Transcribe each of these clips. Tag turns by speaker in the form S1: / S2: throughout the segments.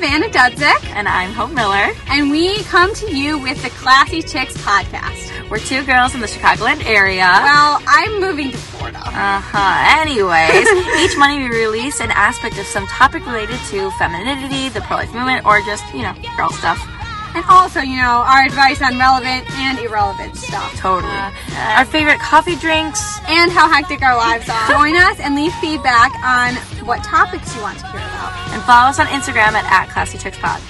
S1: Dudzik.
S2: And I'm Hope Miller.
S1: And we come to you with the Classy Chicks podcast.
S2: We're two girls in the Chicagoland area.
S1: Well, I'm moving to Florida.
S2: Uh huh. Anyways, each month we release an aspect of some topic related to femininity, the pro life movement, or just, you know, girl stuff.
S1: And also, you know, our advice on relevant and irrelevant stuff.
S2: Totally. Our favorite coffee drinks.
S1: And how hectic our lives are. Join us and leave feedback on what topics you want to hear about.
S2: And follow us on Instagram at, at Classy Chicks Pod.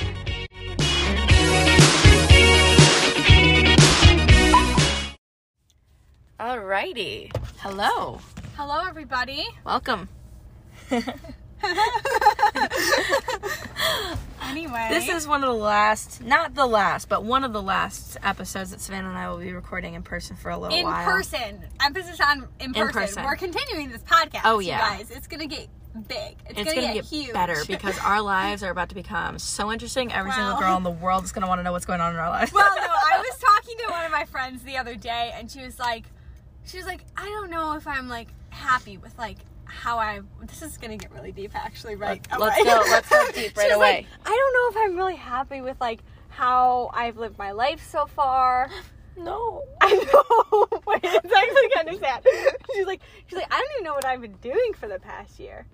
S2: Alrighty. Hello.
S1: Hello, everybody.
S2: Welcome.
S1: Anyway,
S2: This is one of the last, not the last, but one of the last episodes that Savannah and I will be recording in person for a little
S1: in
S2: while.
S1: person. Emphasis on in person.
S2: person.
S1: We're continuing this podcast.
S2: Oh,
S1: you
S2: yeah.
S1: guys, it's gonna get big. It's,
S2: It's
S1: gonna, get,
S2: get
S1: huge.
S2: better because our lives are about to become so interesting. Every single
S1: Wow.
S2: girl in the world is going to want to know what's going on in our lives.
S1: well, no, I was talking to one of my friends the other day, and she was like, she was like, I don't know if I'm like happy with like how I. This is gonna get really deep, actually. Right?
S2: Let- let's go- let's go deep
S1: She
S2: right
S1: was like,
S2: away.
S1: I don't know if I'm really happy with like how I've lived my life so far.
S2: no.
S1: I know. Wait, it's actually kind of sad. She's like, she's like, I don't even know what I've been doing for the past year.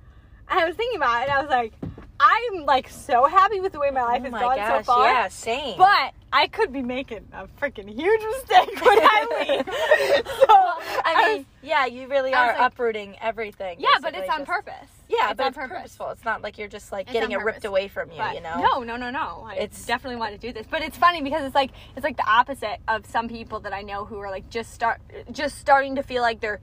S1: And I was thinking about it, and I was like, I'm like so happy with the way my life has gone so far.
S2: Oh yeah, same.
S1: But I could be making a freaking huge mistake when I leave. so
S2: I mean, yeah, you really
S1: I
S2: are
S1: was like-
S2: uprooting everything.
S1: yeah, but
S2: basically,
S1: it's on
S2: just-
S1: purpose.
S2: Yeah,
S1: it's
S2: but
S1: on
S2: it's
S1: purpose.
S2: purposeful. It's not like you're just like
S1: It's
S2: getting
S1: on
S2: it ripped
S1: purpose.
S2: away from you,
S1: But-
S2: you know?
S1: No, no, no, no. I
S2: It's-
S1: definitely want to do this, but it's funny because it's like it's like the opposite of some people that I know who are like just start just starting to feel like they're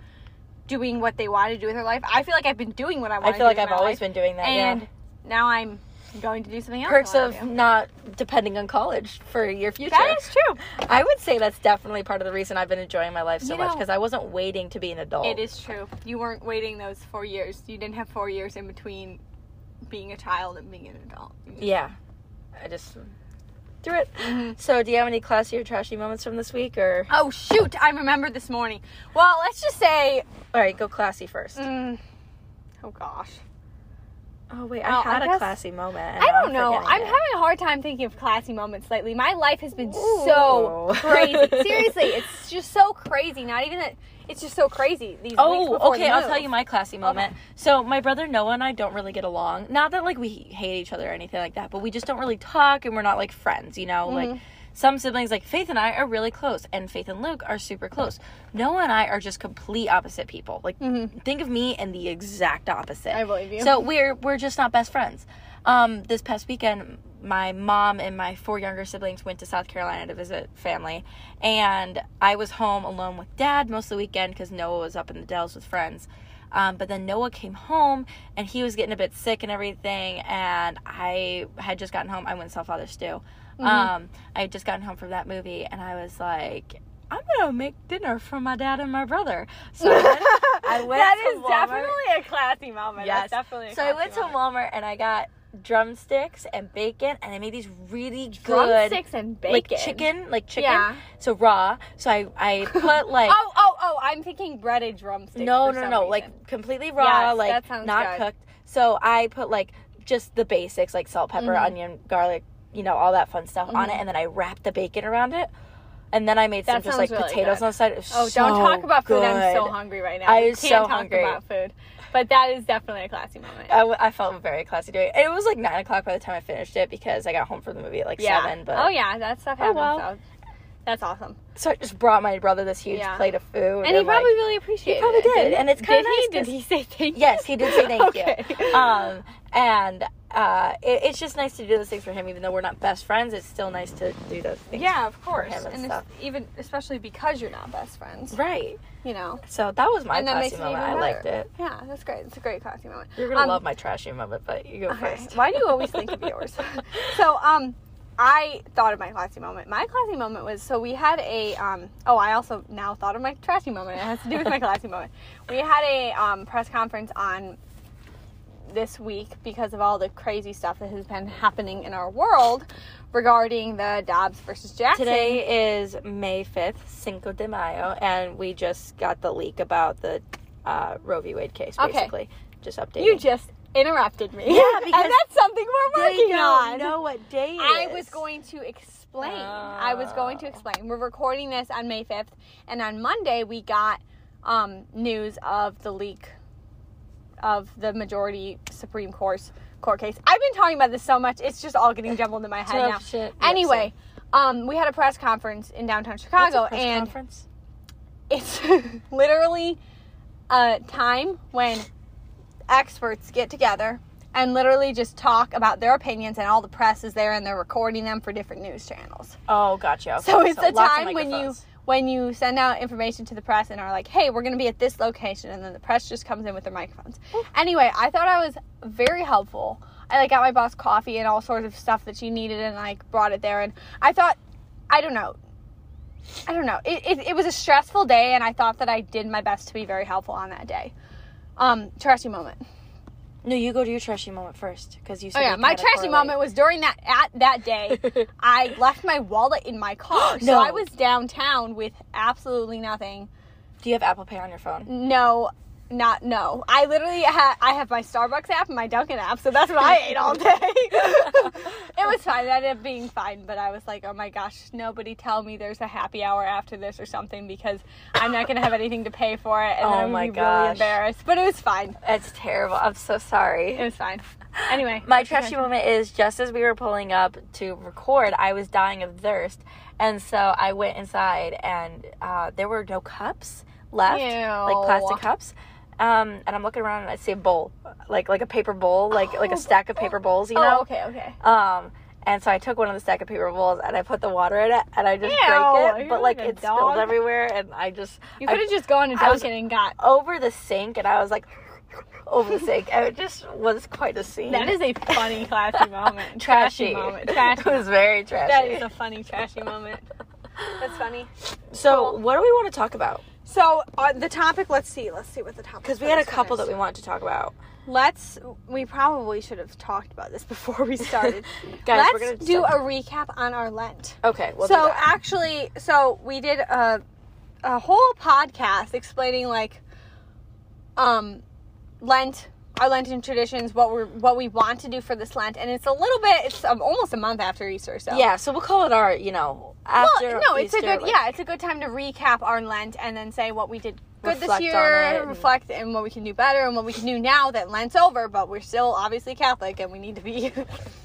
S1: doing what they want to do with their life. I feel like I've been doing what I want.
S2: I feel like I've always been doing that.
S1: and
S2: yeah.
S1: now I'm going to do something else. I
S2: Perks
S1: wanna
S2: of
S1: do.
S2: not depending on college for your future.
S1: that is true.
S2: I would say that's definitely part of the reason I've been enjoying my life so
S1: You
S2: much
S1: know-
S2: because I wasn't waiting to be an adult.
S1: It is true. You weren't waiting those four years. You didn't have four years in between being a child and being an adult.
S2: Yeah. I just threw it.
S1: Mm-hmm.
S2: So, do you have any classy or trashy moments from this week or
S1: Oh shoot! I remember this morning. Well, let's just say.
S2: All right, go classy first.
S1: Mm, oh gosh.
S2: Oh, wait,
S1: Oh,
S2: I
S1: I
S2: had a
S1: guess-
S2: classy moment. and
S1: I
S2: now
S1: don't know.
S2: forgetting
S1: I'm
S2: it.
S1: having a hard time thinking of classy moments lately. My life has been so
S2: Ooh.
S1: crazy. Seriously, it's just so crazy. Not even that. It's just so crazy. These weeks
S2: Oh,
S1: before
S2: okay.
S1: the
S2: I'll
S1: move.
S2: tell you my classy moment. So my brother Noah and I don't really get along. Not that like we hate each other or anything like that, but we just don't really talk, and we're not like friends. You know,
S1: Mm-hmm.
S2: like some siblings, like Faith and I, are really close, and Faith and Luke are super close. Noah and I are just complete opposite people. Like think of me and the exact opposite.
S1: Mm-hmm. I believe you.
S2: So we're we're just not best friends. Um, this past weekend, my mom and my four younger siblings went to South Carolina to visit family, and I was home alone with dad most of the weekend because Noah was up in the Dells with friends. Um, but then Noah came home and he was getting a bit sick and everything, and I had just gotten home. I went and saw Father Stew.
S1: Mm-hmm.
S2: Um, I had just gotten home from that movie, and I was like, I'm gonna make dinner for my dad and my brother. So I went, I went
S1: that
S2: to
S1: is
S2: Walmart.
S1: definitely a classy moment.
S2: Yes.
S1: That's definitely. A
S2: So I
S1: classy
S2: went to
S1: moment.
S2: Walmart and I got drumsticks and bacon, and I made these really good
S1: drumsticks and bacon.
S2: like chicken, like chicken.
S1: Yeah.
S2: So raw. So I I put like
S1: Oh, oh, oh! I'm thinking breaded drumsticks.
S2: no
S1: for
S2: no
S1: some
S2: no
S1: reason.
S2: like completely raw,
S1: Yes, that
S2: like
S1: sounds
S2: not
S1: good.
S2: cooked. So I put like just the basics like salt, pepper,
S1: Mm-hmm.
S2: onion, garlic, you know all that fun stuff on it, and then I wrapped the bacon around it. And then I made some
S1: That
S2: just like
S1: sounds really
S2: potatoes
S1: good.
S2: on the side. It was
S1: Oh,
S2: so
S1: don't talk about food. I'm so
S2: good.
S1: hungry right now.
S2: I
S1: We
S2: was
S1: can't
S2: so
S1: talk
S2: hungry.
S1: about food, but that is definitely a classy moment.
S2: I, w- I felt very classy doing it. And It was like nine o'clock by the time I finished it because I got home from the movie at like
S1: yeah.
S2: seven. But
S1: oh yeah, that stuff happens.
S2: well.
S1: so That's awesome.
S2: so I just brought my brother this huge
S1: Yeah.
S2: plate of food,
S1: And he
S2: like-
S1: probably really appreciated.
S2: probably
S1: it.
S2: did,
S1: didn't
S2: and it's kinda
S1: Did he?
S2: nice 'cause-
S1: Did he say thank you?
S2: yes, he did say thank
S1: Okay.
S2: you. Um, and uh, it, it's just nice to do those things for him, even though we're not best friends. It's still nice to do those things.
S1: Yeah, of course.
S2: him and
S1: And it's
S2: stuff.
S1: even especially because you're not best friends,
S2: right.
S1: you know.
S2: So that was my
S1: And that makes
S2: classy
S1: it
S2: moment.
S1: even
S2: I
S1: better.
S2: liked it.
S1: Yeah, that's great. It's a great classy moment.
S2: You're gonna
S1: Um,
S2: love my trashy moment, but you go
S1: Okay.
S2: first.
S1: Why do you always think of yours? So, um, I thought of my classy moment. My classy moment was so we had a um. Oh, I also now thought of my trashy moment. It has to do with my classy moment. We had a um, press conference on this week because of all the crazy stuff that has been happening in our world regarding the Dobbs versus Jackson.
S2: Today is May fifth, Cinco de Mayo, and we just got the leak about the uh, Roe v. Wade case.
S1: Okay.
S2: Basically, just updating.
S1: you just interrupted me.
S2: Yeah, because
S1: and that's something we're
S2: They
S1: working
S2: don't
S1: on.
S2: know what day it
S1: I
S2: is.
S1: was going to explain. I was going
S2: Oh.
S1: to explain. We're recording this on May 5th, and on Monday we got um, news of the leak of the majority Supreme Court's court case. I've been talking about this so much; it's just all getting jumbled in my head
S2: Tough
S1: now.
S2: shit. Yeah,
S1: Anyway, um, we had a press conference in downtown
S2: What's a
S1: Chicago,
S2: press
S1: and
S2: conference?
S1: it's literally a time when experts get together and literally just talk about their opinions and all the press is there and they're recording them for different news channels
S2: Oh, gotcha. Okay.
S1: so it's a
S2: lots of
S1: time when you
S2: microphones.
S1: when you send out information to the press and are like hey we're going to be at this location and then the press just comes in with their microphones anyway i thought i was very helpful i like got my boss coffee and all sorts of stuff that she needed and like brought it there and i thought i don't know i don't know it, it, it was a stressful day and i thought that i did my best to be very helpful on that day um trashy moment
S2: No, you go to your trashy moment first because you. Said
S1: oh yeah
S2: we
S1: my
S2: gotta
S1: trashy
S2: correlate.
S1: moment was during that at that day I left my wallet in my car. So
S2: No.
S1: I was downtown with absolutely nothing.
S2: Do you have Apple Pay on your phone?
S1: No, not no. I literally ha- I have my Starbucks app and my Dunkin' app, so that's what I ate all day. it was fine. That ended up being fine, but I was like, oh my gosh, nobody tell me there's a happy hour after this or something because I'm not gonna have anything to pay for it, and
S2: Oh
S1: I'm
S2: my
S1: gonna be really
S2: gosh.
S1: embarrassed. But it was fine.
S2: That's terrible. I'm so
S1: It
S2: sorry.
S1: was fine. Anyway,
S2: My
S1: what's your
S2: trashy moment is just as we were pulling up to record, I was dying of thirst, and so I went inside, and uh, there were no cups left, like
S1: Ew.
S2: plastic cups. Um, and I'm looking around, and I see a bowl, like like a paper bowl, like like a stack of paper bowls, you know.
S1: Oh, okay, okay.
S2: Um, and so I took one of the stack of paper bowls and I put the water in it and I just
S1: Ew,
S2: drank
S1: you're
S2: it, but like
S1: like a
S2: it spilled
S1: dog.
S2: everywhere and I just
S1: You
S2: I-
S1: could have just gone to
S2: I was-
S1: Dunkin' and got
S2: over the sink and I was like over the sink. And it just was quite a scene.
S1: That is a funny classy moment.
S2: trashy.
S1: moment. Trashy.
S2: it was very
S1: That
S2: trashy.
S1: is a funny trashy moment. That's funny.
S2: so
S1: cool.
S2: what do we want to talk about?
S1: So uh, the topic. Let's see. Let's see what the topic.
S2: Because we had a couple that we wanted to talk about.
S1: Let's. We probably should have talked about this before we started.
S2: Guys,
S1: let's
S2: we're gonna
S1: do
S2: decide.
S1: a recap on our Lent.
S2: Okay, we'll do
S1: so
S2: that.
S1: actually, so we did a a whole podcast explaining like um Lent, our Lenten traditions, what we're what we want to do for this Lent, and it's a little bit. It's um, almost a month after Easter. So
S2: yeah, so we'll call it our, you know, after
S1: well, no, it's
S2: Easter,
S1: a good
S2: like-
S1: yeah, it's a good time to recap our Lent and then say what we did good this
S2: Reflect on
S1: year,
S2: it and-
S1: reflect and what we can do better and what we can do now that Lent's over, but we're still obviously Catholic and we need to be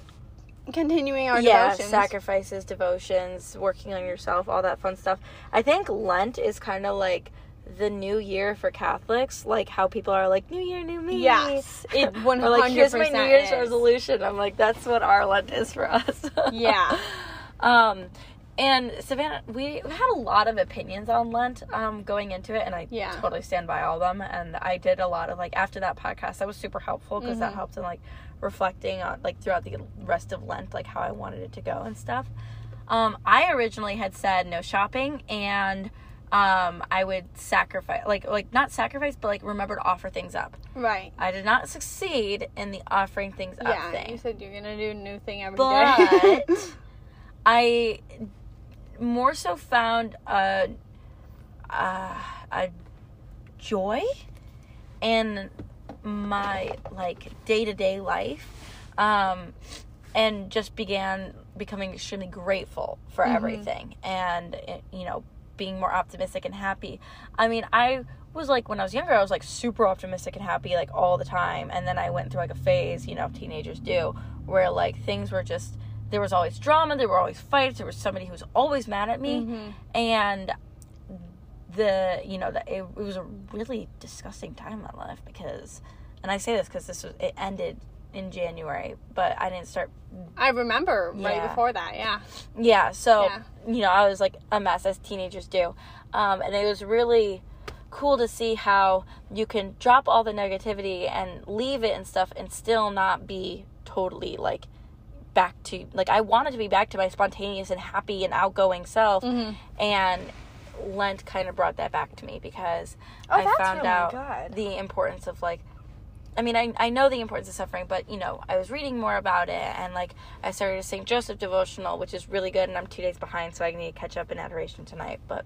S1: continuing our
S2: yeah,
S1: devotions.
S2: sacrifices, devotions, working on yourself, all that fun stuff. I think Lent is kind of like the new year for Catholics, like how people are like New Year, New Me.
S1: Yes, it
S2: Or like here's my
S1: 100%
S2: New Year's
S1: is.
S2: resolution. I'm like that's what our Lent is for us.
S1: yeah.
S2: Um, and Savannah, we had a lot of opinions on Lent um, going into it, and I
S1: Yeah.
S2: totally stand by all of them. And I did a lot of like after that podcast, that was super helpful because
S1: Mm-hmm.
S2: that helped in like reflecting on like throughout the rest of Lent, like how I wanted it to go and stuff. Um, I originally had said no shopping and. Um, I would sacrifice, like, like not sacrifice, but like remember to offer things up.
S1: Right.
S2: I did not succeed in the offering things up
S1: Yeah.
S2: thing
S1: You said you're gonna do a new thing every day.
S2: but I more so found a uh, a joy in my like day to day life, um, and just began becoming extremely grateful for everything, and it- you know being more optimistic and happy. I mean, I was like when I was younger, I was like super optimistic and happy like all the time, and then I went through like a phase, you know, teenagers do, where like things were just there was always drama, there were always fights, there was somebody who was always mad at me, and the you know that it, it was a really disgusting time in my life because, and I say this because this was it ended in January, but I didn't start
S1: I remember right
S2: Yeah.
S1: before that, yeah.
S2: yeah, so
S1: Yeah.
S2: you know, I was like a mess as teenagers do, um, and it was really cool to see how you can drop all the negativity and leave it and stuff, and still not be totally like back to like I wanted to be back to my spontaneous and happy and outgoing self,
S1: Mm-hmm.
S2: and Lent kind of brought that back to me because
S1: Oh,
S2: I
S1: that's
S2: found
S1: really
S2: out
S1: good.
S2: the importance of like I mean, I, I know the importance of suffering, but you know, I was reading more about it, and like I started a St. Joseph devotional, which is really good, and I'm two days behind, so I need to catch up in adoration tonight. But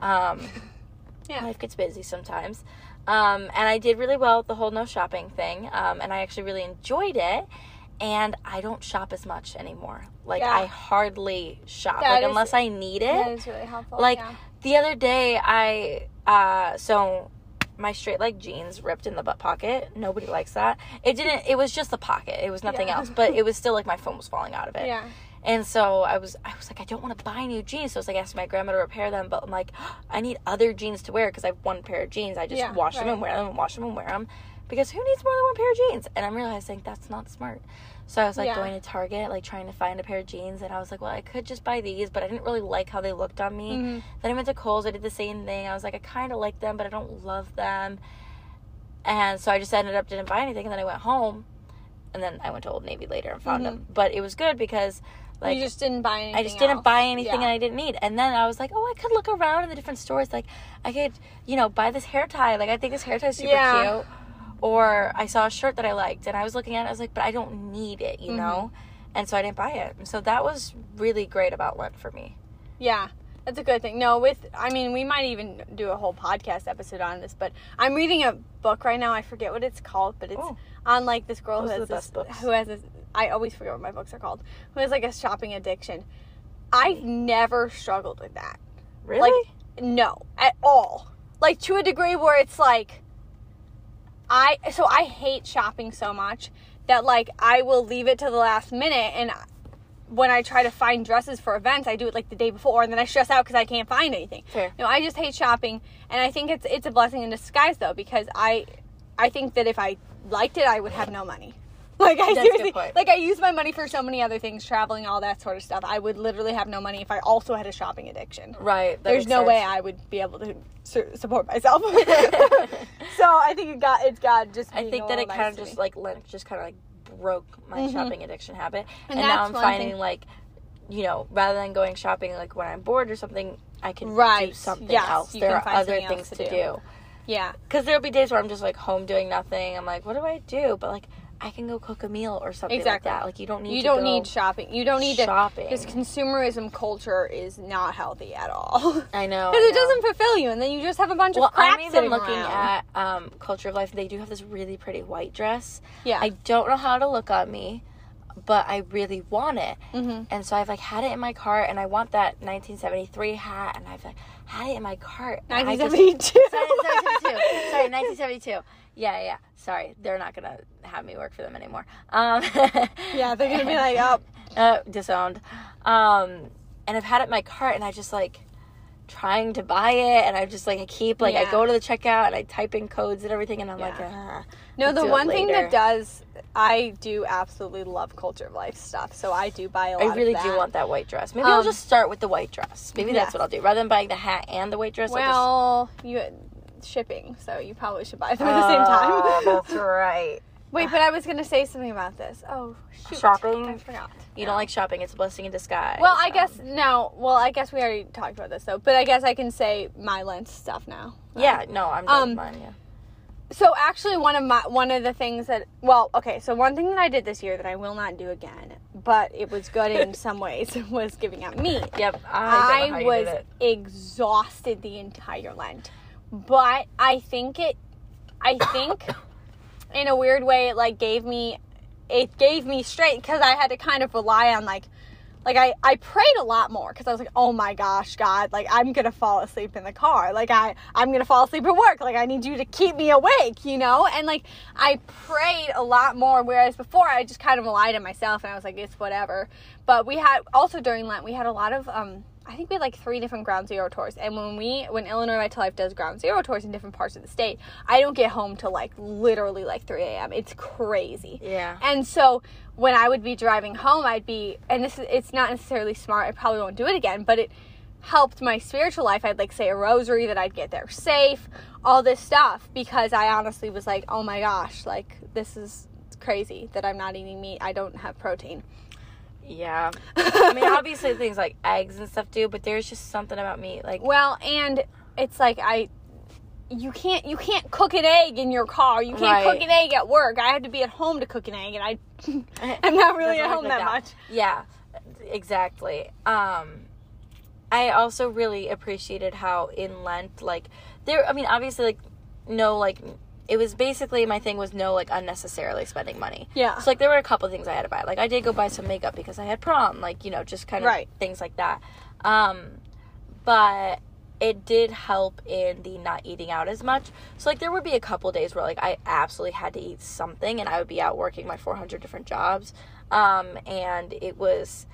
S2: um,
S1: Yeah.
S2: life gets busy sometimes. Um, and I did really well with the whole no shopping thing. Um, and I actually really enjoyed it. And I don't shop as much anymore. Like
S1: Yeah.
S2: I hardly shop,
S1: That
S2: like
S1: is-
S2: unless I need it.
S1: That is really helpful.
S2: Like,
S1: yeah.
S2: The other day, I uh, so my straight leg jeans ripped in the butt pocket. Nobody likes that. It didn't. It was just the pocket. It was nothing
S1: Yeah.
S2: else. But it was still like my phone was falling out of it.
S1: uh, yeah.
S2: And so I was, I was like, I don't want to buy new jeans. So I was like, asking my grandma to repair them, but I'm like, I need other jeans to wear because I have one pair of jeans. I just
S1: Yeah,
S2: wash them and
S1: right.
S2: wear them, and wash them and wear them, because who needs more than one pair of jeans? And I'm realizing that's not smart. So I was like
S1: Yeah.
S2: going to Target, like trying to find a pair of jeans, and I was like, well, I could just buy these, but I didn't really like how they looked on me.
S1: Mhm.
S2: Then I went to Kohl's. I did the same thing. I was like, I kind of like them, but I don't love them. And so I just ended up didn't buy anything. And then I went home, and then I went to Old Navy later and found
S1: Mhm.
S2: them. But it was good because, like,
S1: you just didn't buy anything.
S2: I just didn't
S1: else.
S2: buy anything
S1: Yeah.
S2: and I didn't need. And then I was like, oh, I could look around in the different stores. Like, I could, you know, buy this hair tie. Like, I think this hair tie is super
S1: Yeah.
S2: cute. Or I saw a shirt that I liked, and I was looking at it. I was like, but I don't need it, you
S1: Mhm.
S2: know. And so I didn't buy it. So that was really great about Lent for me.
S1: Yeah, that's a good thing. No, with I mean, we might even do a whole podcast episode on this, but I'm reading a book right now. I forget what it's called, but it's
S2: Oh.
S1: on like this girl
S2: Those
S1: who
S2: are
S1: has
S2: the
S1: this,
S2: best books.
S1: who has this. I always forget what my books are called. Who has like a shopping addiction? I've
S2: Mm.
S1: never struggled with that.
S2: Really?
S1: No, at all. Like to a degree where it's like I so I hate shopping so much that like I will leave it to the last minute and when I try to find dresses for events, I do it like the day before and then I stress out cuz I can't find anything.
S2: Fair.
S1: No, I just hate shopping and I think it's it's a blessing in disguise though because I I think that if I liked it, I would have no money. Like I
S2: That's a good
S1: seriously,
S2: point.
S1: like I use my money for so many other things, traveling, all that sort of stuff. I would literally have no money if I also had a shopping addiction
S2: Right. that
S1: there's
S2: makes
S1: no
S2: sense.
S1: way I would be able to su- support myself. so I think it got it's God just.
S2: I
S1: being
S2: think
S1: a
S2: that
S1: little
S2: it kind
S1: nice
S2: of
S1: to
S2: just
S1: me.
S2: like Lent just kind of like broke my
S1: Mhm.
S2: shopping addiction habit,
S1: And
S2: and, now
S1: that's
S2: I'm
S1: one thing-
S2: finding like, you know, rather than going shopping like when I'm bored or something, I can do
S1: Right,
S2: something
S1: yes,
S2: else.
S1: you
S2: There
S1: can
S2: are
S1: find
S2: other
S1: something
S2: things
S1: else to
S2: to
S1: do.
S2: do.
S1: yeah,
S2: Because there'll be days where I'm just like home doing nothing. I'm like, what do I do? But like, I can go cook a meal or something
S1: Exactly.
S2: like that. Like you don't need
S1: you
S2: to
S1: don't
S2: go
S1: need shopping. You don't need
S2: shopping.
S1: to. This consumerism culture is not healthy at all. Because
S2: I know I
S1: it
S2: know.
S1: doesn't fulfill you, and then you just have a bunch
S2: Oh, Well,
S1: of crap
S2: I'm even
S1: sitting
S2: looking
S1: around.
S2: at um, Culture of Life. They do have this really pretty white dress.
S1: yeah.
S2: I don't know how to look on me, but I really want it.
S1: Mhm.
S2: And so I've like had it in my cart, and I want that 1973 hat, and I've like had it in my cart. and I just-
S1: 1972.
S2: Sorry, 1972. Sorry, 1972. Yeah, yeah. Sorry, they're not gonna have me work for them anymore. Um,
S1: yeah, they're gonna be like, oh,
S2: uh, disowned. Um, and I've had it in my cart, and I just like trying to buy it, and I just like I keep like I
S1: Yeah.
S2: go to the checkout and I type in codes and everything, and I'm like, ah.
S1: No,
S2: We'll
S1: the
S2: do it
S1: one thing that
S2: later.
S1: does, I do absolutely love culture of life stuff. So I do buy a lot.
S2: I really
S1: of
S2: do
S1: that.
S2: want that white dress. Maybe I'll
S1: Um,
S2: just start with the white dress. Maybe that's
S1: yes.
S2: what I'll do rather than buying the hat and the white dress. I'll
S1: Well, you shipping, so you probably should buy
S2: just,
S1: them at the same
S2: Oh,
S1: time.
S2: that's right.
S1: Wait, but I was gonna say something about this. Oh, shoot.
S2: Shopping?
S1: I forgot.
S2: You don't like shopping; it's a blessing in disguise.
S1: Well, I
S2: so.
S1: guess now. Well, I guess we already talked about this though. But I guess I can say my lens stuff now.
S2: Yeah, no, I'm done with
S1: Um,
S2: mine. Yeah.
S1: So actually, one of my one of the things that well, okay. So one thing that I did this year that I will not do again, but it was good in some ways, was giving out meat.
S2: Yep, I, don't know how
S1: I
S2: you did
S1: was
S2: it.
S1: exhausted the entire Lent, but I think it, I think, in a weird way, it like gave me, it gave me straight because I had to kind of rely on like, like I I prayed a lot more because I was like, oh my gosh, God, like I'm gonna fall asleep in the car, like I I'm gonna fall asleep at work, like I need you to keep me awake, you know, and like I prayed a lot more, whereas before I just kind of relied on myself and I was like, it's whatever. But we had also during Lent we had a lot of um I think we had like three different ground zero tours. And when we when Illinois Right to Life does ground zero tours in different parts of the state, I don't get home till like literally like three AM. It's crazy.
S2: Yeah.
S1: And so when I would be driving home, I'd be, and this is, it's not necessarily smart. I probably won't do it again, but it helped my spiritual life. I'd like say a rosary that I'd get there safe, all this stuff, because I honestly was like, oh my gosh, like this is crazy that I'm not eating meat. I don't have protein.
S2: Yeah. I mean, obviously things like eggs and stuff do, but there's just something about meat. Like,
S1: Well, and it's like I you can't you can't cook an egg in your car. You can't
S2: Right.
S1: cook an egg at work. I have to be at home to cook an egg and I I'm not really
S2: Doesn't
S1: at
S2: work
S1: home
S2: like
S1: that
S2: that.
S1: much.
S2: yeah, exactly. Um, I also really appreciated how in Lent, like, there, I mean, obviously, like, no, like, it was basically my thing was no, like, unnecessarily spending money.
S1: Yeah.
S2: So, like, there were a couple things I had to buy. Like, I did go buy some makeup because I had prom, like, you know, just kind of
S1: Right.
S2: things like that. Um, but it did help in the not eating out as much. So, like, there would be a couple days where, like, I absolutely had to eat something and I would be out working my 400 different jobs. Um, and it was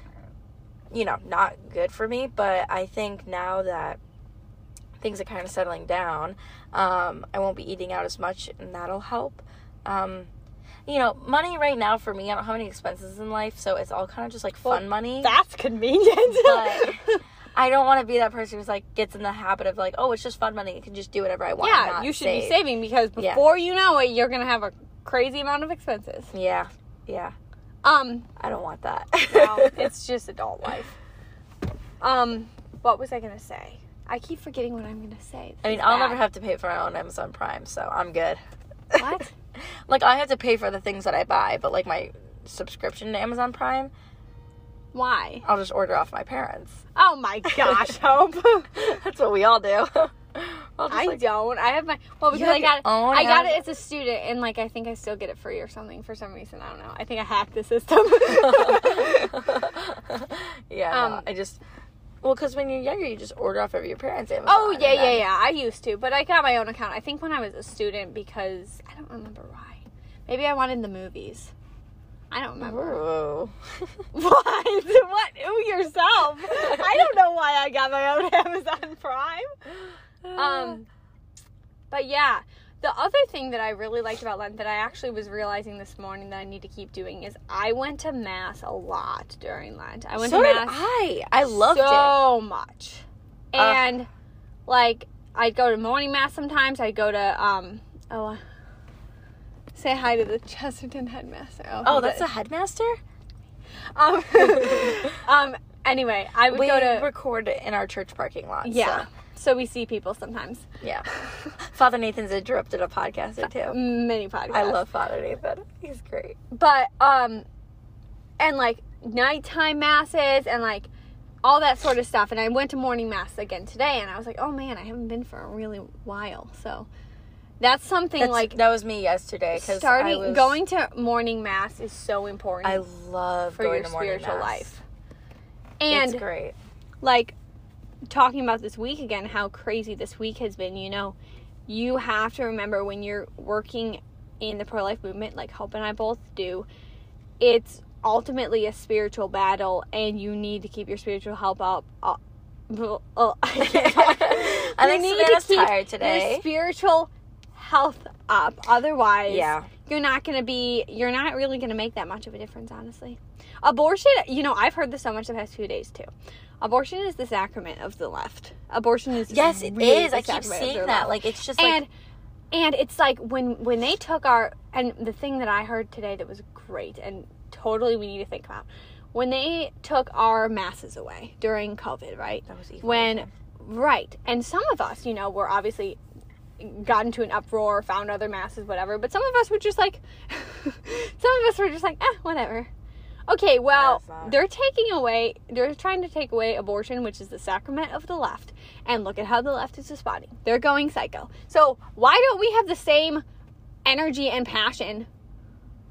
S2: you know, not good for me, but I think now that things are kind of settling down, um, I won't be eating out as much, and that'll help. Um, you know, money right now for me, I don't have any expenses in life, so it's all kind of just like fun
S1: Well,
S2: money.
S1: That's convenient.
S2: But- I don't want to be that person who's like gets in the habit of like, oh, it's just fun money. You can just do whatever I want. and
S1: yeah,
S2: not
S1: you should be
S2: save."
S1: saving because
S2: Yeah.
S1: before you know it, you're gonna have a crazy amount of expenses.
S2: Yeah, yeah.
S1: Um,
S2: I don't want that.
S1: well, it's just adult life. Um, what was I gonna say? I keep forgetting what I'm gonna say.
S2: I mean,
S1: This is
S2: I'll
S1: bad.
S2: never have to pay for my own Amazon Prime, so I'm good.
S1: What?
S2: like I have to pay for the things that I buy, but like my subscription to Amazon Prime,
S1: Why?
S2: I'll just order off my parents.
S1: Oh my gosh, Hope.
S2: That's what we all do. I'll just
S1: I
S2: like,
S1: don't. I have my well
S2: You
S1: because
S2: have
S1: I got
S2: your own
S1: I got it
S2: Amazon-
S1: as a student and like I think I still get it free or something for some reason. I don't know. I think I hacked the system.
S2: yeah, no,
S1: Um,
S2: I just well, because when you're younger, you just order off of your parents' Amazon.
S1: oh yeah,
S2: and
S1: yeah,
S2: then-
S1: yeah. I used to, but I got my own account. I think when I was a student because I don't remember why. Maybe I wanted the movies. I don't remember.
S2: Ooh.
S1: What? What? Ooh, yourself. I don't know why I got my own Amazon Prime. Um, but yeah, the other thing that I really liked about Lent that I actually was realizing this morning that I need to keep doing is I went to mass a lot during Lent. I went
S2: so
S1: to
S2: did
S1: mass
S2: I. I loved it. Uh,
S1: so much,
S2: Ugh.
S1: and like I'd go to morning mass sometimes. I'd go to um oh. uh, Say hi to the Chesterton headmaster.
S2: Oh, that's a headmaster.
S1: um, um. Anyway, I would
S2: We
S1: go to
S2: record in our church parking lot.
S1: yeah.
S2: so,
S1: So we see people sometimes.
S2: yeah. Father Nathan's interrupted a podcast or two.
S1: Many podcasts.
S2: I love Father Nathan. He's great.
S1: but um and like nighttime masses and like all that sort of stuff and i went to morning mass again today and i was like oh man i haven't been for a really while so that's something
S2: That's,
S1: like
S2: like that was me yesterday because
S1: starting
S2: I was,
S1: going to morning mass is so important
S2: I love
S1: for
S2: going
S1: your
S2: to morning
S1: spiritual
S2: mass.
S1: life
S2: It's
S1: and
S2: great.
S1: like talking about this week again how crazy this week has been you know you have to remember when you're working in the pro-life movement like hope and i both do it's ultimately a spiritual battle and you need to keep your spiritual help up uh, uh, I can't talk.
S2: I
S1: You
S2: think
S1: need to
S2: Savannah's
S1: keep
S2: tired
S1: your
S2: today.
S1: spiritual health up otherwise
S2: Yeah.
S1: you're not gonna be you're not really gonna make that much of a difference honestly abortion you know i've heard this so much the past few days too abortion is the sacrament of the left abortion is
S2: Yes, it is.
S1: really the
S2: I keep
S1: sacrament of their
S2: seeing
S1: left
S2: that. Like it's just
S1: and
S2: like
S1: and it's like when when they took our and the thing that I heard today that was great and totally we need to think about when they took our masses away during COVID, right?
S2: That was evil.
S1: When right, and some of us, you know, were obviously got into an uproar, found other masses, whatever. But some of us were just like, some of us were just like, eh, whatever. Okay, well,
S2: That's not-
S1: they're taking away, they're trying to take away abortion, which is the sacrament of the left. And look at how the left is responding. They're going psycho. So why don't we have the same energy and passion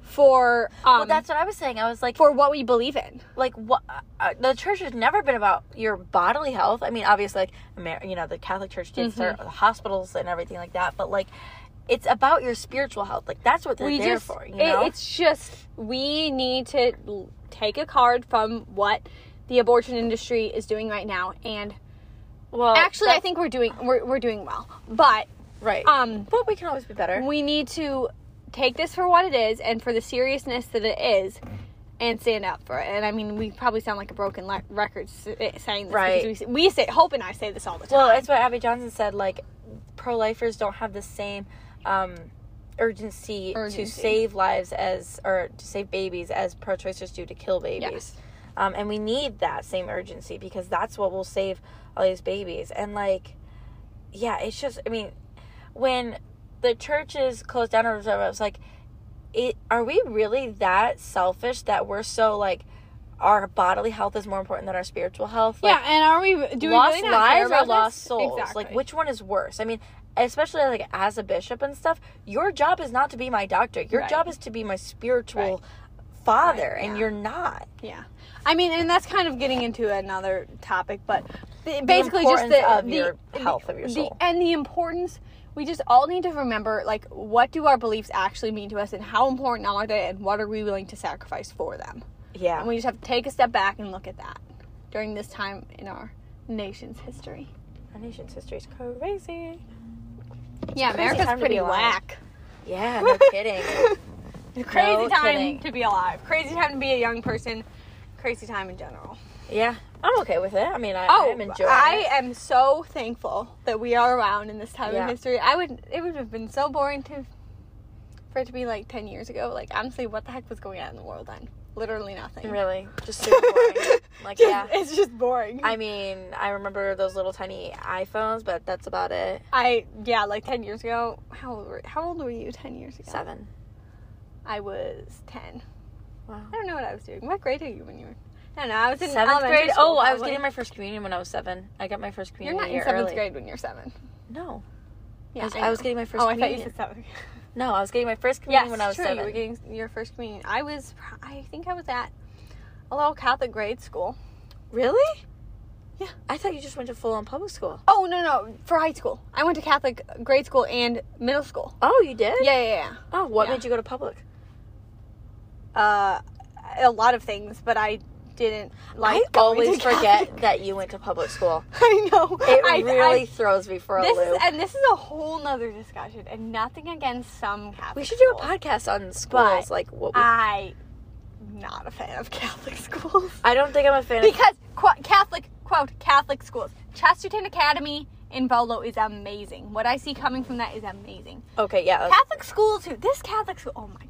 S1: for um
S2: well, that's what I was saying. I was like,
S1: for what we believe in?
S2: like what uh, the church has never been about your bodily health. I mean, obviously, like Amer- you know, the Catholic Church did
S1: Mm-hmm.
S2: start the hospitals and everything like that, but like it's about your spiritual health. Like that's what they're
S1: we
S2: there
S1: just
S2: for. You
S1: it-
S2: know,
S1: it's just we need to l- take a card from what the abortion industry is doing right now and
S2: well,
S1: actually i
S2: that's-
S1: think we're doing we're, we're doing well but
S2: right.
S1: um
S2: but we can always be better.
S1: we need to take this for what it is and for the seriousness that it is and stand up for it and i mean we probably sound like a broken le- record s- eh, saying this
S2: Right.
S1: because we, s- we say hope and i say this all the time
S2: Well, it's what Abby Johnson said. Like, pro-lifers don't have the same um, urgency,
S1: Urgency.
S2: to save lives as or to save babies as pro-choicers do to kill babies.
S1: Yes.
S2: Um, and we need that same urgency because that's what will save all these babies. And like, yeah, it's just. I mean, when the churches closed down or whatever, I was like, it. Are we really that selfish that we're so like our bodily health is more important than our spiritual health.
S1: yeah, and are we do we
S2: lost
S1: really not care
S2: lives
S1: about
S2: or lost
S1: this?
S2: souls?
S1: Exactly.
S2: Like which one is worse? I mean, especially like as a bishop and stuff, your job is not to be my doctor. Your
S1: Right.
S2: job is to be my spiritual father,
S1: Right,
S2: and
S1: yeah.
S2: you're not.
S1: Yeah, I mean, and that's kind of getting into another topic, but the, basically just
S2: importance
S1: the,
S2: of
S1: the
S2: your health of your
S1: the-
S2: soul.
S1: and the importance. We just all need to remember, like, what do our beliefs actually mean to us, and how important are they, and what are we willing to sacrifice for them?
S2: Yeah.
S1: And we just have to take a step back and look at that during this time in our nation's history.
S2: Our nation's history is crazy.
S1: yeah,
S2: crazy
S1: America's
S2: time to
S1: pretty
S2: be alive.
S1: whack.
S2: Yeah, no kidding.
S1: Crazy
S2: No
S1: time
S2: kidding.
S1: to be alive. Crazy time to be a young person. Crazy time in general.
S2: Yeah, I'm okay with it. I mean, I,
S1: Oh,
S2: I'm enjoying
S1: I
S2: it.
S1: am so thankful that we are around in this time
S2: Yeah.
S1: in history. I would it would have been so boring to for it to be like ten years ago. Like honestly, what the heck was going on in the world then? Literally nothing.
S2: Really, just super boring. like,
S1: Just-
S2: yeah.
S1: it's just boring.
S2: I mean, I remember those little tiny iPhones, but that's about it.
S1: I yeah, like ten years ago. How old were how old were you ten years ago?
S2: Seven.
S1: I was ten.
S2: Wow.
S1: I don't know what I was doing. What grade are you when you were? I don't know. I was in
S2: Seventh
S1: elementary
S2: grade.
S1: school,
S2: oh, I was
S1: probably.
S2: getting my first communion when I was seven. I got my first
S1: You're
S2: communion.
S1: not
S2: a
S1: in
S2: year
S1: seventh
S2: early.
S1: grade when you're seven.
S2: No,
S1: Yeah,
S2: I was, I was
S1: know.
S2: getting my first.
S1: Oh, I
S2: communion.
S1: thought you said seventh.
S2: No, I was getting my first communion
S1: yes,
S2: when I was
S1: true. You were
S2: seven.
S1: getting your first communion. I was, pr- I think I was at a little Catholic grade school.
S2: Really?
S1: Yeah.
S2: I thought you just went to full on public school.
S1: Oh no no, for high school. I went to Catholic grade school and middle school.
S2: Oh, you did?
S1: Yeah yeah
S2: Oh, what
S1: Yeah.
S2: made you go to public?
S1: yeah. Uh, a lot of things, but I didn't like.
S2: I
S1: going to
S2: always forget
S1: Catholic-
S2: that you went to public school.
S1: I know.
S2: It
S1: I,
S2: really
S1: I-
S2: throws me for a
S1: this
S2: loop.
S1: is, and this is a whole nother discussion, and nothing against some Catholic.
S2: we should do a
S1: schools.
S2: podcast on schools,
S1: But uh,
S2: like what. We,
S1: I not a fan of Catholic schools
S2: I don't think I'm a fan. of...
S1: because qu- Catholic quote Catholic schools. Chesterton Academy in Volo is amazing. What I see coming from that is amazing.
S2: Okay, yeah.
S1: Catholic schools who this Catholic school. Oh my gosh.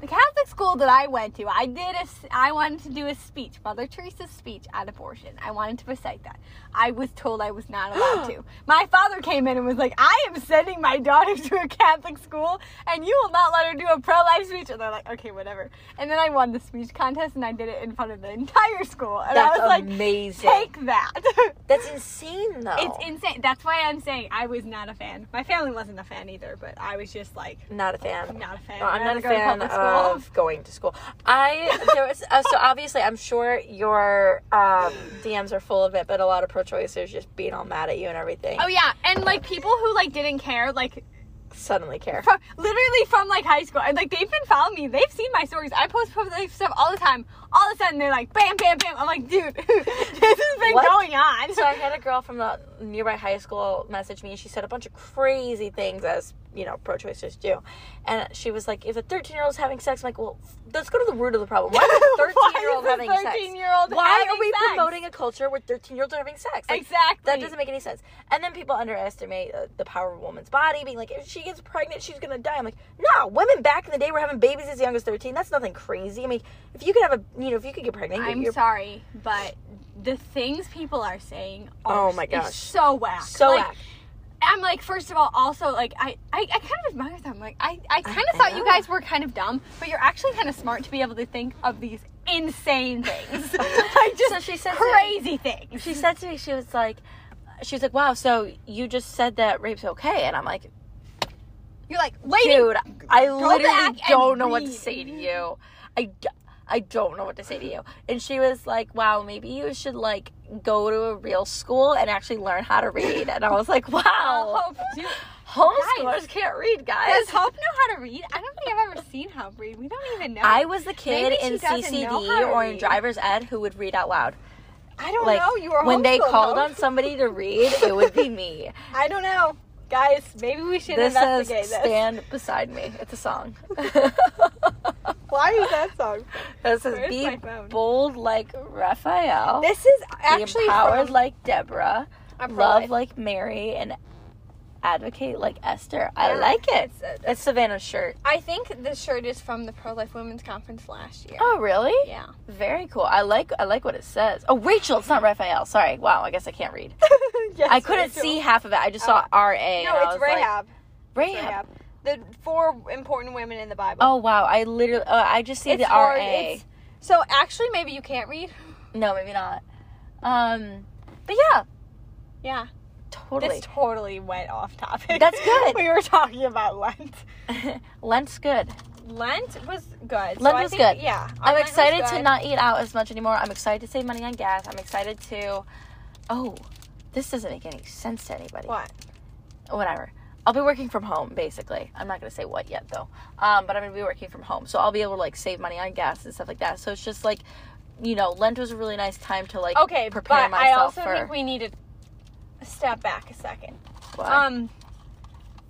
S1: The Catholic school that I went to, I did a, s- I wanted to do a speech, Mother Teresa's speech on abortion. I wanted to recite that. I was told I was not allowed to. My father came in and was like, "I am sending my daughter to a Catholic school, and you will not let her do a pro-life speech." And they're like, "Okay, whatever." And then I won the speech contest, and I did it in front of the entire school, and
S2: That's
S1: I was
S2: amazing. Oh.
S1: like, "Take that."
S2: That's insane, though.
S1: It's insane. That's why I'm saying I was not a fan. My family wasn't a fan either, but I was just like,
S2: not a fan.
S1: Not a fan.
S2: No, I'm
S1: I'd
S2: not
S1: rather
S2: a
S1: go to
S2: fan
S1: public
S2: of
S1: school.
S2: going to school. I there was uh, so obviously I'm sure your um, DMs are full of it, but a lot of pro-choicers just being all mad at you and everything
S1: oh yeah, and like people who like didn't care, like
S2: suddenly care.
S1: from literally from like high school, and like they've been following me. They've seen my stories. I post pro life stuff all the time. All of a sudden, they're like, bam, bam, bam. I'm like, dude, this has been
S2: What?
S1: going on.
S2: So I had a girl from the nearby high school message me, and she said a bunch of crazy things as you know pro-choicers do, and she was like, "If a 13-year-old's having sex, I'm like, well, let's go to the root of the problem. Why
S1: Why
S2: is
S1: is
S2: a 13-year-old
S1: this
S2: having sex?
S1: 13-year-old
S2: Why
S1: having
S2: are we
S1: sex?
S2: promoting a culture where 13-year-olds are having sex? Like,
S1: exactly.
S2: That doesn't make any sense. And then people underestimate uh, the power of a woman's body, being like, if she gets pregnant, she's gonna die. I'm like, no, women back in the day were having babies as young as 13. That's nothing crazy. I mean, if you could have a, you know, if you could get pregnant,
S1: I'm
S2: you're
S1: sorry, but the things people are saying are
S2: Oh my
S1: is
S2: gosh.
S1: so whack.
S2: so
S1: Like,
S2: whack.
S1: I'm like, first of all, also like I, I, I kind of admire them. Like I, I kind of
S2: I
S1: thought you
S2: know.
S1: guys were kind of dumb, but you're actually kind of smart to be able to think of these insane things, like just
S2: So she said to-
S1: crazy things.
S2: She said to me, she was like, she was like, wow, so you just said that rape's okay, and I'm like,
S1: You're like, lady,
S2: dude, I
S1: back
S2: literally
S1: and
S2: don't know what to
S1: read.
S2: say to you. I, d- I don't know what to say to you. And she was like, wow, maybe you should like go to a real school and actually learn how to read. And I was like, wow.
S1: I'll uh, hope you-
S2: Homeschoolers
S1: Oh, Guys.
S2: can't read, guys.
S1: does Hope know how to read? I don't think I've ever seen Hope read. We don't even know.
S2: I was the kid
S1: Maybe she
S2: in
S1: doesn't know how to
S2: CCD or in
S1: read.
S2: driver's ed who would read out loud.
S1: I don't
S2: Like
S1: know. You were
S2: when they
S1: homeschooled,
S2: called
S1: Hope.
S2: on somebody to read, it would be me.
S1: I don't know, guys. Maybe we should
S2: this says
S1: investigate this.
S2: "Stand Beside Me." It's a song.
S1: Why is that song?
S2: this is
S1: Where's
S2: "Be
S1: my phone?
S2: bold like Raphael,
S1: This is
S2: be
S1: actually
S2: empowered
S1: from
S2: like Deborah,
S1: a pro
S2: love
S1: life.
S2: like Mary, and advocate like Esther." I
S1: Yeah,
S2: like it.
S1: it's a-
S2: That's Savannah's shirt.
S1: I think this shirt is from the Pro Life Women's Conference last year.
S2: Oh, really?
S1: Yeah.
S2: Very cool. I like I like what it says. Oh, Rachel, it's not Raphael. Sorry. Wow, I guess I can't read.
S1: Yes,
S2: I couldn't
S1: Rachel. Oh.
S2: see half of it. I just saw R A.
S1: No, it's Rahab.
S2: Rahab.
S1: Rahab. The four important women in the Bible.
S2: Oh wow, I literally uh, I just see
S1: it's
S2: the
S1: hard.
S2: R A.
S1: It's So actually, maybe you can't read.
S2: No, maybe not. Um, but yeah,
S1: Yeah.
S2: totally.
S1: This totally went off topic.
S2: That's good.
S1: we were talking about Lent.
S2: Lent's good.
S1: Lent was good.
S2: Lent
S1: I
S2: was
S1: think-
S2: good.
S1: Yeah.
S2: I'm
S1: Lent was
S2: excited to
S1: good.
S2: not eat out as much anymore. I'm excited to save money on gas. I'm excited to. Oh, this doesn't make any sense to anybody.
S1: What?
S2: Whatever. I'll be working from home basically. I'm not gonna say what yet though. Um, but I'm gonna be working from home, so I'll be able to like save money on gas and stuff like that. So it's just like, you know, Lent was a really nice time to like
S1: Okay,
S2: prepare
S1: but I
S2: myself
S1: also
S2: for.
S1: think we need to step back a second.
S2: Why?
S1: Um,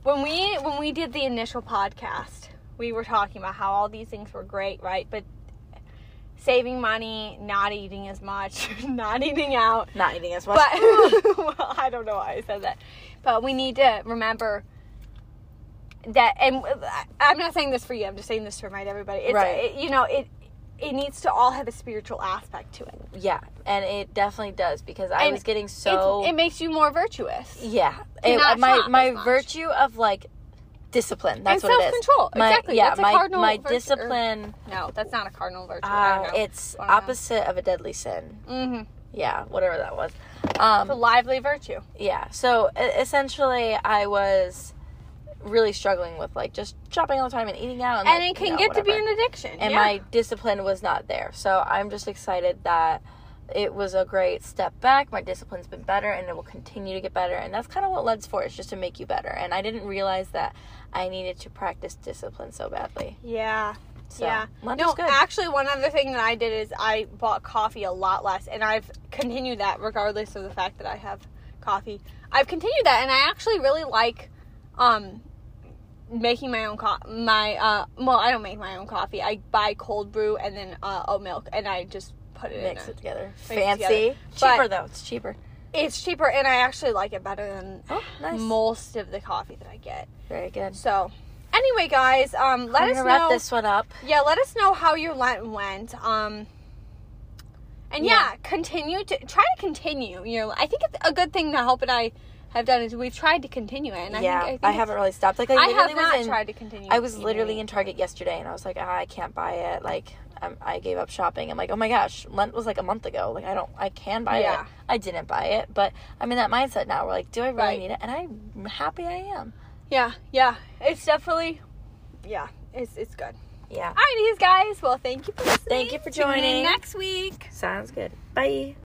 S1: when we when we did the initial podcast, we were talking about how all these things were great, right? But saving money, not eating as much, not eating out,
S2: not eating as much.
S1: but well, I don't know why I said that. But we need to remember that, and I- I'm not saying this for you. I'm just saying this to remind everybody. It's,
S2: Right.
S1: it- you know, it it needs to all have a spiritual aspect to it.
S2: yeah, and it definitely does because I
S1: And
S2: was getting so
S1: It's it makes you more virtuous.
S2: yeah.
S1: to
S2: It-
S1: not
S2: my
S1: shop as
S2: my
S1: much.
S2: virtue of like discipline. That's
S1: and
S2: what it is.
S1: self-control.
S2: My,
S1: exactly.
S2: Yeah,
S1: That's a
S2: my
S1: cardinal
S2: my
S1: virtue- or-
S2: discipline.
S1: No, that's not a cardinal virtue.
S2: Uh, it's
S1: I don't know.
S2: opposite of a deadly sin.
S1: Mm-hmm.
S2: Yeah, whatever that was.
S1: It's a
S2: Um,
S1: lively virtue.
S2: yeah. So e- essentially, I was really struggling with like just shopping all the time and eating out, and,
S1: And
S2: like,
S1: it can
S2: you know,
S1: get to be
S2: whatever.
S1: an addiction.
S2: and
S1: yeah.
S2: my discipline was not there. So I'm just excited that it was a great step back. My discipline's been better and it will continue to get better. And that's kind of what Lent's for, is just to make you better. And I didn't realize that I needed to practice discipline so badly.
S1: Yeah.
S2: So
S1: yeah.
S2: Lent
S1: no,
S2: is good.
S1: actually, one other thing that I did is I bought coffee a lot less, and I've continued that regardless of the fact that I have coffee. I've continued that, and I actually really like um, making my own co- my uh, well, I don't make my own coffee. I buy cold brew and then uh, oat milk, and I just put it
S2: Mix
S1: in. It.
S2: it together.
S1: Mix it
S2: Fancy.
S1: together.
S2: Cheaper
S1: But-
S2: though. It's cheaper.
S1: It's cheaper, and I actually like it better than
S2: Oh, nice.
S1: most of the coffee that I get.
S2: Very good.
S1: So, anyway, guys, um, let
S2: I'm
S1: us
S2: gonna wrap
S1: know.
S2: this one up.
S1: yeah let us know how your lent went um and yeah, continue to try to continue you know i think it's a good thing that hope and i have done is we've tried to continue it and
S2: yeah,
S1: i
S2: I,
S1: think,
S2: haven't really stopped. Like I,
S1: i,
S2: literally
S1: have
S2: was
S1: not
S2: in-
S1: tried to continue
S2: I was
S1: eating
S2: literally in
S1: meat.
S2: Target yesterday, and I was like, ah, I can't buy it. Like, I'm, I gave up shopping. I'm like, oh my gosh, Lent was like a month ago. Like, I don't, I can buy
S1: Yeah.
S2: it. I didn't buy it, but I'm in that mindset now. We're like, do I really
S1: Right.
S2: need it? And I'm happy I am.
S1: yeah yeah it's definitely yeah it's it's good
S2: Yeah.
S1: all right guys well thank you for listening
S2: Thank you for
S1: Tune in
S2: joining.
S1: next week
S2: Sounds good. Bye.